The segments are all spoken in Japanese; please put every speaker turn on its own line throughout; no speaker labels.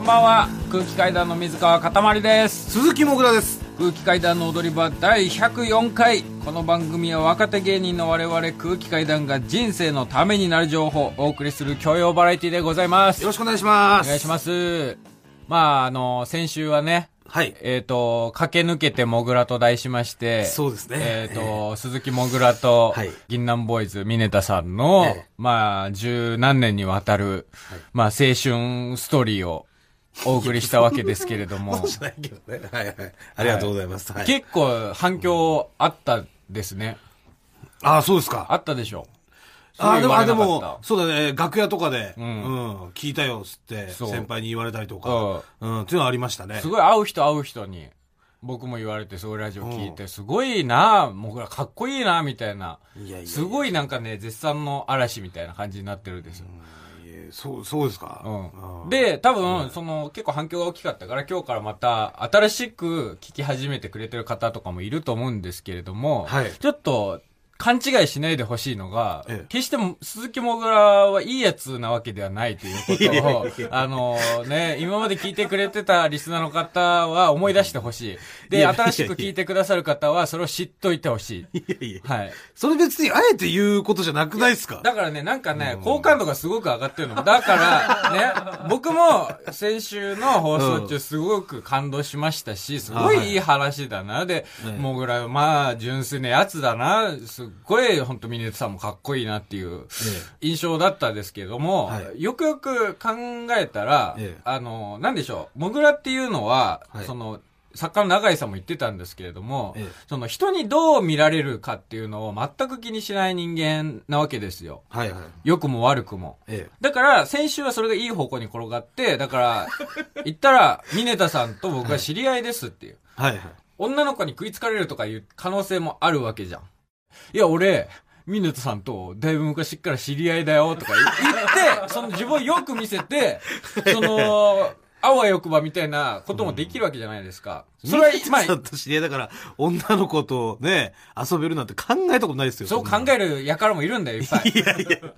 んばんは空気階段の水川かたまりです
鈴木もぐらです
空気階段の踊り場第104回この番組は若手芸人の我々空気階段が人生のためになる情報をお送りする教養バラエティでございます
よろしくお願いしま
お
す
願いしますまああの先週はね
はい
えっ、と、駆け抜けてモグラと題しまして、
そうですね
えっ、と、
え
鈴木モグラと
はい、
銀杏ボーイズ、ミネタさんの、
ええ
まあ、十何年にわたる、まあ、青春ストーリーをお送りしたわけですけれども、
そうじゃないけどねはいはいありがとうございます、はい
結構反響あったですね。
ああそうですか
あったでしょ。
ああでもあ
す
で
ごい言われなか
も
った
そうだね楽屋とかで、うんん聞いたよっつって
そう
先輩に言われたりとかうん、っていうのはありましたね
すごい会う人会う人に、僕も言われて、そういうラジオ聞いて、すごいなあもうこれかっこいいなあみたいな。
いやいやいや
すごいなんかね、絶賛の嵐みたいな感じになってるんですよ。
いえそうそうですか、
うん。
あ
で、多分、その、結構反響が大きかったから、今日からまた、新しく聞き始めてくれてる方とかもいると思うんですけれども、
はい
ちょっと、勘違いしないでほしいのが、
ええ
決しても鈴木もぐらはいいやつなわけではないということを、あのね、今まで聞いてくれてたリスナーの方は思い出してほしい。
い
で、
やいやいや
新しく聞いてくださる方はそれを知っといてほしい。
いやいや
はい。
それ別にあえて言うことじゃなくないですか
だからね、なんかね、好感度がすごく上がってるの。だ から、ね、僕も先週の放送中すごく感動しましたし、すご
はい
いいい話だな。で、
ね
もぐら、まあ、純粋なやつだな。すっごい、ほんとミネトさんもかっこいいなっていう印象だったですけども、
はい
よくよく考えたら、
ええ
あの、なんでしょう、もぐらっていうのは、
はい
その、作家の永井さんも言ってたんですけれども、
ええ
その人にどう見られるかっていうのを全く気にしない人間なわけですよ。
はいはい
良くも悪くも。
え
だから、先週はそれがいい方向に転がって、だから、言ったら、ミネタさんと僕は知り合いですっていう。
えはいはい
女の子に食いつかれるとかいう可能性もあるわけじゃん。いや、俺、ミネタさんとだいぶ昔っから知り合いだよとか言って、その自分をよく見せて、その、あわよくばみたいなこともできるわけじゃないですか。それは、まあ
ちょ、っと知り合いだから、女の子とね、遊べるなんて考えたことないです よ。
そう考
んな
える輩もいるんだよ、いっぱい。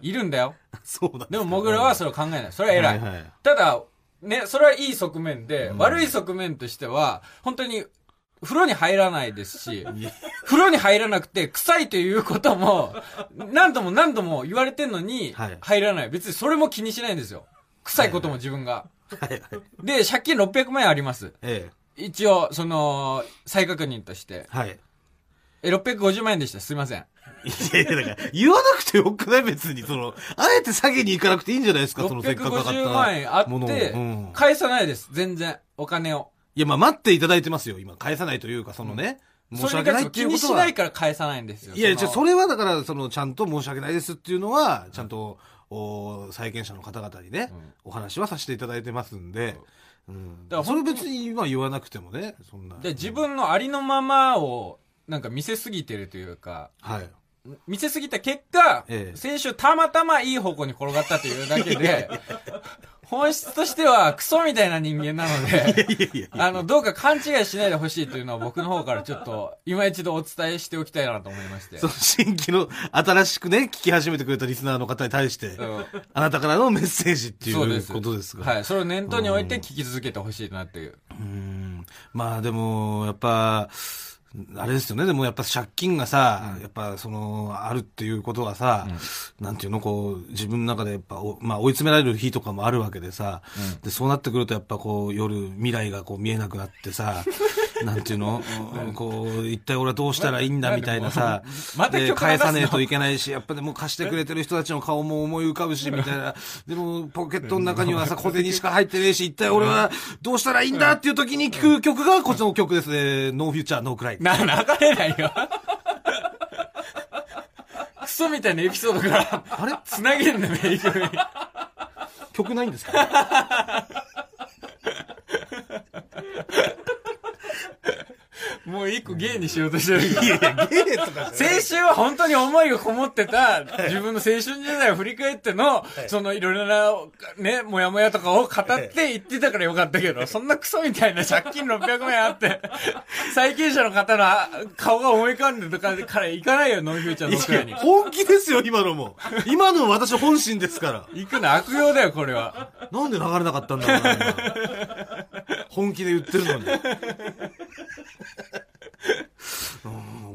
いるんだよ。
そうなんすか
でも、モグラはそれを考えない。それは偉い。
はいはい
ただ、ね、それはいい側面で、悪い側面としては、本当に、風呂に入らないですし、風呂に入らなくて臭いということも、何度も何度も言われてんのに
はい、
入らない。別にそれも気にしないんですよ。臭いことも自分が。で、借金600万円あります。
ええ。
一応、その、再確認として。
はい。
え、650万円でした。すいません。
いやいや、だから、言わなくてよくない別に、その、あえて詐欺に行かなくていいんじゃないですか、その、せっかく上がった
650万円あ
もの
っ
を
て
うん、
返さないです。全然。お金を。
いや、まあ、待っていただいてますよ、今。返さないというか、そのね、申し
それ
訳
が
な
ち
い
ょっと
ってい
気
うこ
に
と
し
は。
ないから返さないんですよ。
いや、じゃあ
の
それはだから、その、ちゃんと申し訳ないですっていうのは、ちゃんと、お債権者の方々にね、お話はさせていただいてますんで、うん。
だから
それ別に今言わなくてもね、そんな。
で自分のありのままをなんか見せすぎてると いうか
はい。
見せすぎた結果、
ええ
先週たまたまいい方向に転がったというだけ で本質としてはクソみたいな人間なので
いやいや
あのどうか勘違いしないでほしいというのは僕の方からちょっと今一度お伝えしておきたいなと思いまして
その新規の新しくね、聞き始めてくれたリスナーの方に対して、
ん
あなたからのメッセージってい
そうで
う
す
ことですが。
はい、それを念頭に置いて聞き続けてほしいなっていう、
うーんまあでも、やっぱ、あれですよね。でもやっぱ借金がさ、やっぱその、あるっていうことはさ、なんていうの、こう、自分の中でやっぱ、おまあ追い詰められる日とかもあるわけでさ、で、そうなってくるとやっぱこう、夜、未来がこう見えなくなってさ、 なんていうの、うんこう、一体俺はどうしたらいいんだみたいなさ
なん、でもうまた曲流す
で、
の
返さねえといけないし、やっぱでも貸してくれてる人たちの顔も思い浮かぶし、みたいな。でも、ポケットの中にはさ、小銭しか入ってねえし、一体俺はどうしたらいいんだっていう時に聴く曲がこっちの曲ですね。ノーフューチャー、ノークライ。
な流れないよクソみたいなエピソードから
あれ
つなげるんだよ名曲に
曲ないんですか
もう一個芸にしようとしてるけど
いやいや、ゲーとかじゃない
青春は本当に思いがこもってた、自分の青春時代を振り返っての、そのいろいろなね、もやもやとかを語って言ってたからよかったけど、そんなクソみたいな借金600万円あって、 債権者の方のあ顔が思い浮かんでるとかから行かないよ、ノンフューチャーの僕らに。
本気ですよ、今のも。今の私本心ですから。
行くの悪用だよ、これは。
なんで流れなかったんだろうな、今本気で言ってるのに。うん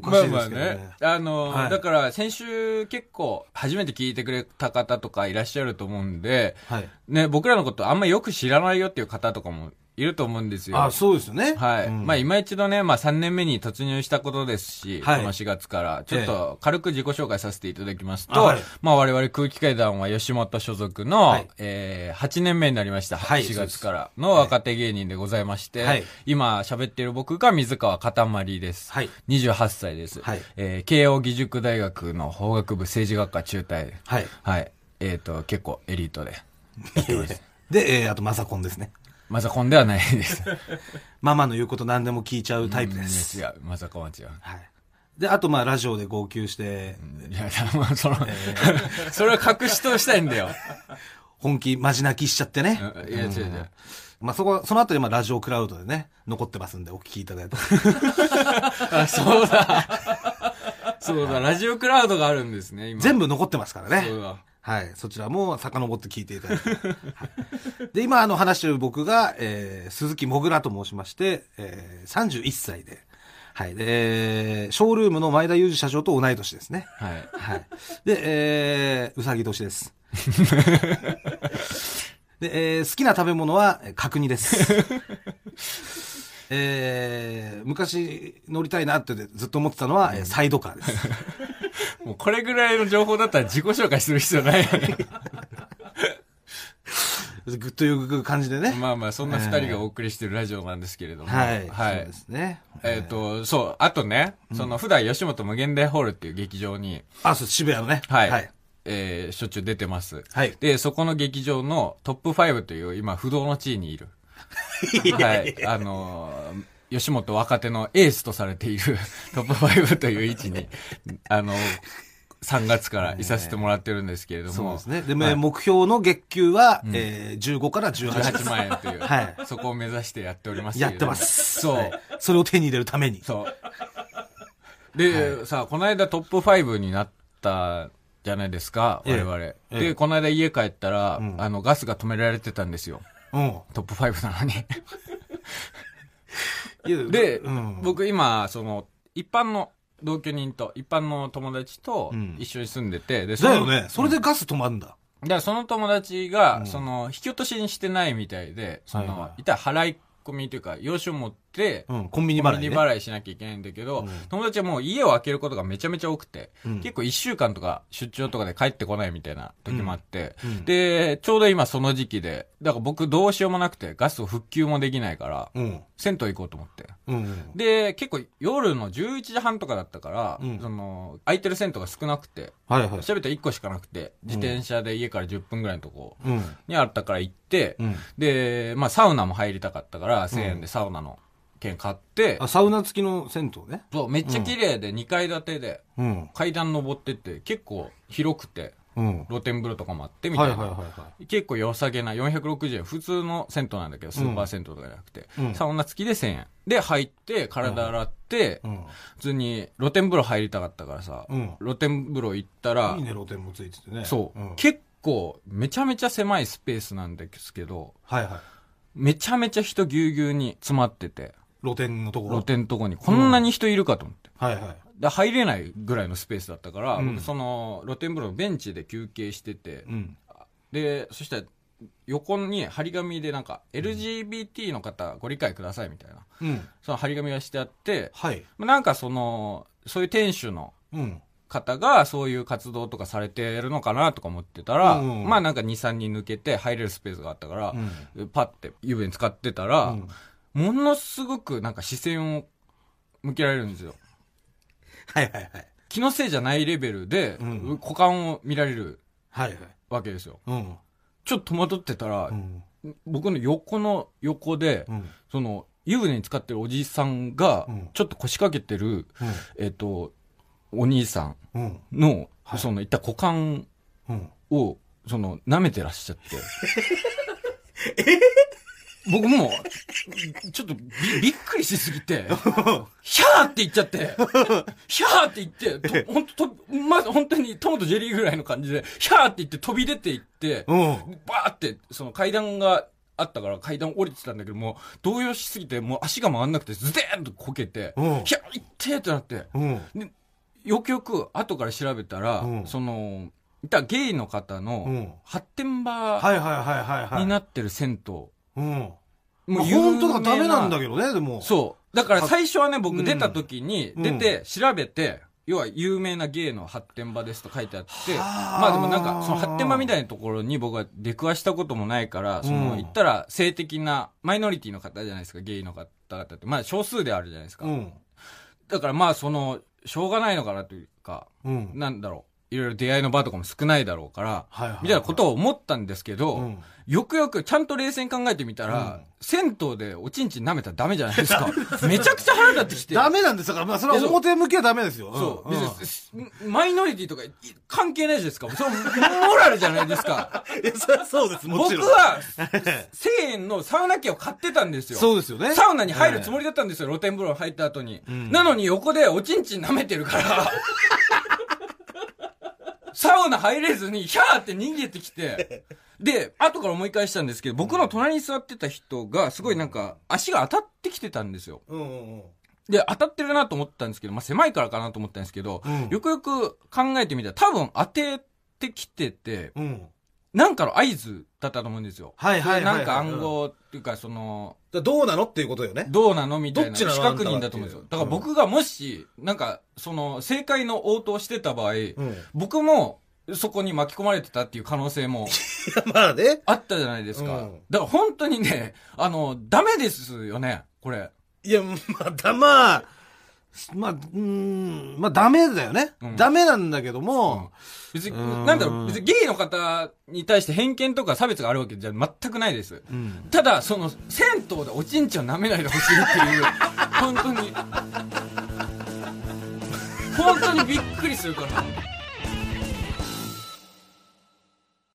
おかしいですけ
ま
どね。
あまあね。あの、
はい
だから先週結構初めて聞いてくれた方とかいらっしゃると思うんで、
はい。
ね、僕らのことあんまよく知らないよっていう方とかもいると思うんですよ。
あ、そうですよね。
はい。
うん
まあ、今一度ね、まあ、3年目に突入したことですし、
はい
この4月から、ちょっと軽く自己紹介させていただきますと、
あはい
まあ、我々空気階段は吉本所属の、
はい
えー、8年目になりました。
はい
4
そうです
月からの若手芸人でございまして、
はい
今喋っている僕が水川かたまりです。
はい
28歳です。
はい
えー慶応義塾大学の法学部政治学科中退。
はい。
はい。えっ、と、結構エリートでやって ます。
で、えーあと、マサコンですね。
マザコンではないです。
ママの言うこと何でも聞いちゃうタイプで
う
す。
んいや違う。マザコンは違う。
はい。で、あと、まあ、ラジオで号泣して、
いや、まあ、その、 それは隠し通したいんだよ。
本気、マジ泣きしちゃってね。
うんいや違う違う
まあ、そこ、その後で、まあ、ラジオクラウドでね、残ってますんで、お聞きいただ いて。
あ、そうだ。そうだ、ラジオクラウドがあるんですね、今。
全部残ってますからね。
そうだ。
はい。そちらも遡って聞いていただいて。はいで、今、あの、話してる僕が、えー鈴木もぐらと申しまして、えー31歳で、はい。で、えーショールームの前田裕二社長と同い年ですね。
はい。
はい。で、えーうさぎ年です。 で、えー好きな食べ物は、えー角煮です。えー昔乗りたいなってずっと思ってたのは、えーサイドカーです。
もうこれぐらいの情報だったら自己紹介する必要ないよね。
グッという感じでね。
まあまあ、そんな二人がお送りしてるラジオなんですけれども。
はい。
は
そう
い
で。すね。
えっと、そう、あとね、その、普段吉本無限大ホールっていう劇場に、
あ、そう、渋谷のね。
はい。
はい。
えーしょっちゅう出てます。
はい
で、そこの劇場のトップ5という、今、不動の地位 にいる。はい。あのー吉本若手のエースとされている トップ5という位置に、あのー、3月からいさせてもらってるんですけれども。
そうですね。で、まあ
はい
目標の月給は、えー15から18です
18万円という、
はい
そこを目指してやっておりますけ
や
れ
っ
ども
てま。す。
そう
はいそれを手に入れるために。
そう。で、さあ、この間トップ5になったじゃないですか、我
ええ
々。
ええ
で、この間家帰ったら、
ん
あの、ガスが止められてたんですよ。
うん。
トップ5なのに。
いや
で、
うん
僕今、その、一般の同居人と、一般の友達と
うん
一緒に住んでて、で、そ
だ
の
よね。それでガス止まるんだ。
だからその友達が、その、引き落としにしてないみたいで、その、
はい
い
はい
たら払い込みというか、用紙を持って、
うん。コンビニ
コ
払
ン
い、
ビ
ね。
ニ払いしなきゃいけないんだけど、
うん
友達はもう家を開けることがめちゃめちゃ多くて、
うん
結構1週間とか出張とかで帰ってこないみたいな時もあって、
うんうん
で、ちょうど今その時期で、だから僕どうしようもなくてガスを復旧もできないから、
うん。
銭湯行こうと思って。
うん。
で、結構夜の11時半とかだったから、
うん
その、空いてる銭湯が少なくて、
はいはい。
調べたら1個しかなくて、自転車で家から10分ぐらいのとこ
うん。
にあったから行って、
うん。
で、まあサウナも入りたかったから、1000円でサウナの券買って、
あ、サウナ付きの銭湯ね。
そう、めっちゃ綺麗で2階建てで、
うん。
階段登ってって、結構広くて、
うん。はい
露天風呂とかもあってみ
は
たい
い
な。
はいは
結構良さげな460円。普通の銭湯なんだけど、スーパー銭湯とかじゃなくて。
うん
サウナ付きで1000円。で、入って、体洗って、
い。うん。
普通に露天風呂入りたかったからさ、
うん
露天風呂行ったら、
いいね、露天もついててね。
そう、
ん、はい
結構、めちゃめちゃ狭いスペースなんですけど、
はい。
めちゃめちゃ人ぎゅうぎゅうに詰まってて、
露天のところ。
露。天のとこに、こんなに人いるかと思って。
はいはい。
で入れないぐらいのスペースだったから、
うん
僕その露天風呂のベンチで休憩してて、
うん。
でそしたら横に張り紙でなんか LGBT の方ご理解くださいみたいな
うん。
その張り紙がしてあって
はい。
まあなんかそのそういう店主の
うん。
方がそういう活動とかされてるのかなとか思ってたら、
うん
まあなんか23人抜けて入れるスペースがあったから、
う
パッて湯船使ってたら、
ん。
ものすごくなんか視線を向けられるんですよ
はいはいはい。
気のせいじゃないレベルで、
うん
股間を見られる
はいはい。
わけですよ。
うん。
ちょっと戸惑ってたら、
うん。
僕の横の横で、
うん。
その、湯船に使ってるおじさんが
うん、
ちょっと腰掛けてる、えっ、と、お兄さん
うん。
の、
はい
その、いった股間
うん。
を、その、舐めてらっしゃって。 僕も、ちょっとびびっくりしすぎ て、ヒャーって言っちゃって、ヒャーって言って、とほんと、とま、本当にトムとジェリーぐらいの感じで、ヒャーって言って飛び出て行って、
うん。
バーって、その階段があったから階段降りてたんだけども、動揺しすぎて、もう足が回んなくて、ズデーンとこけて、
うん
ヒャーってってなって、
うん。
よくよく後から調べたら、
うん
その、いたゲイの方
う
の
ん、
発展場
はいはいはいはいはい。
になってる銭湯。
うん。
も
も
う
う
有名
本当だからダメなんだ
け
けどね、でも。
そう。だから最初はね、
う
僕
ん
出た時に、
うん
出て調べて、要は有名な芸の発展場ですと書いてあって、
はあ
まあでもなんか、その発展場みたいなところに僕は出くわしたこともないから、その
うん
言ったら性的なマイノリティの方じゃないですか、ゲイの方々って。まあ少数であるじゃないですか。
うん。
だからまあその、しょうがないのかなというか、
うん。
なんだろう、いろいろ出会いの場とかも少ないだろうから、
はいは
みたいなこと
を。
を思ったんですけど、
うん。
よくよくちゃんと冷静に考えてみたら、
うん
銭湯でおちんちん舐めたらダメじゃないです か。めちゃくちゃ腹立ってきて。
ダメなんですだから、まあそれは表向きはダメですよ。
そうん
ん
別に、マイノリティとかい関係ないじゃないですか。そのモラルじゃないですか。
いや、そりゃそうです、 もち
僕
ろん。
は、1000円のサウナ券を買ってたんですよ。
そうですよね。
サウナに入るつもりだったんですよ、露天風呂入った後に。
うん
なのに横でおちんちん舐めてる から。サウナ入れずに、ヒャーって逃げてきて。で、後から思い返したんですけど、僕の隣に座ってた人が、すごいなんか、足が当たってきてたんですよ。
うんうんうん。
で、当たってるなと思ったんですけど、まあ、狭いからかなと思ったんですけど、
うん
よくよく考えてみたら、多分当ててきてて、
うん。
なんかの合図だったと思うんですよ。
はいはいはいは
な
い。
んか暗号っていうか、その、
うん。どうなのっていうことよね。
どうなのみたいな。
どっ
視
ちなの
確認だと思うんですよ。だ
あんたはっていう
から僕がもし、なんか、その、正解の応答してた場合、
うん。
僕も、そこに巻き込まれてたっていう可能性 も
まあね。
あったじゃないですか。
うん
だから本当にね、あの、ダメですよね、これ。
いや、まあ、だ、まあ、まあ、うーん、まあ、ダメだよね。
うん
ダメなんだけども、
別に、
うん
なんだろう、別にゲイの方に対して偏見とか差別があるわけじゃ全くないです。
うん。
ただ、その、銭湯でおちんちんを舐めないでほしいって いう、本当に、本当にびっくりするから。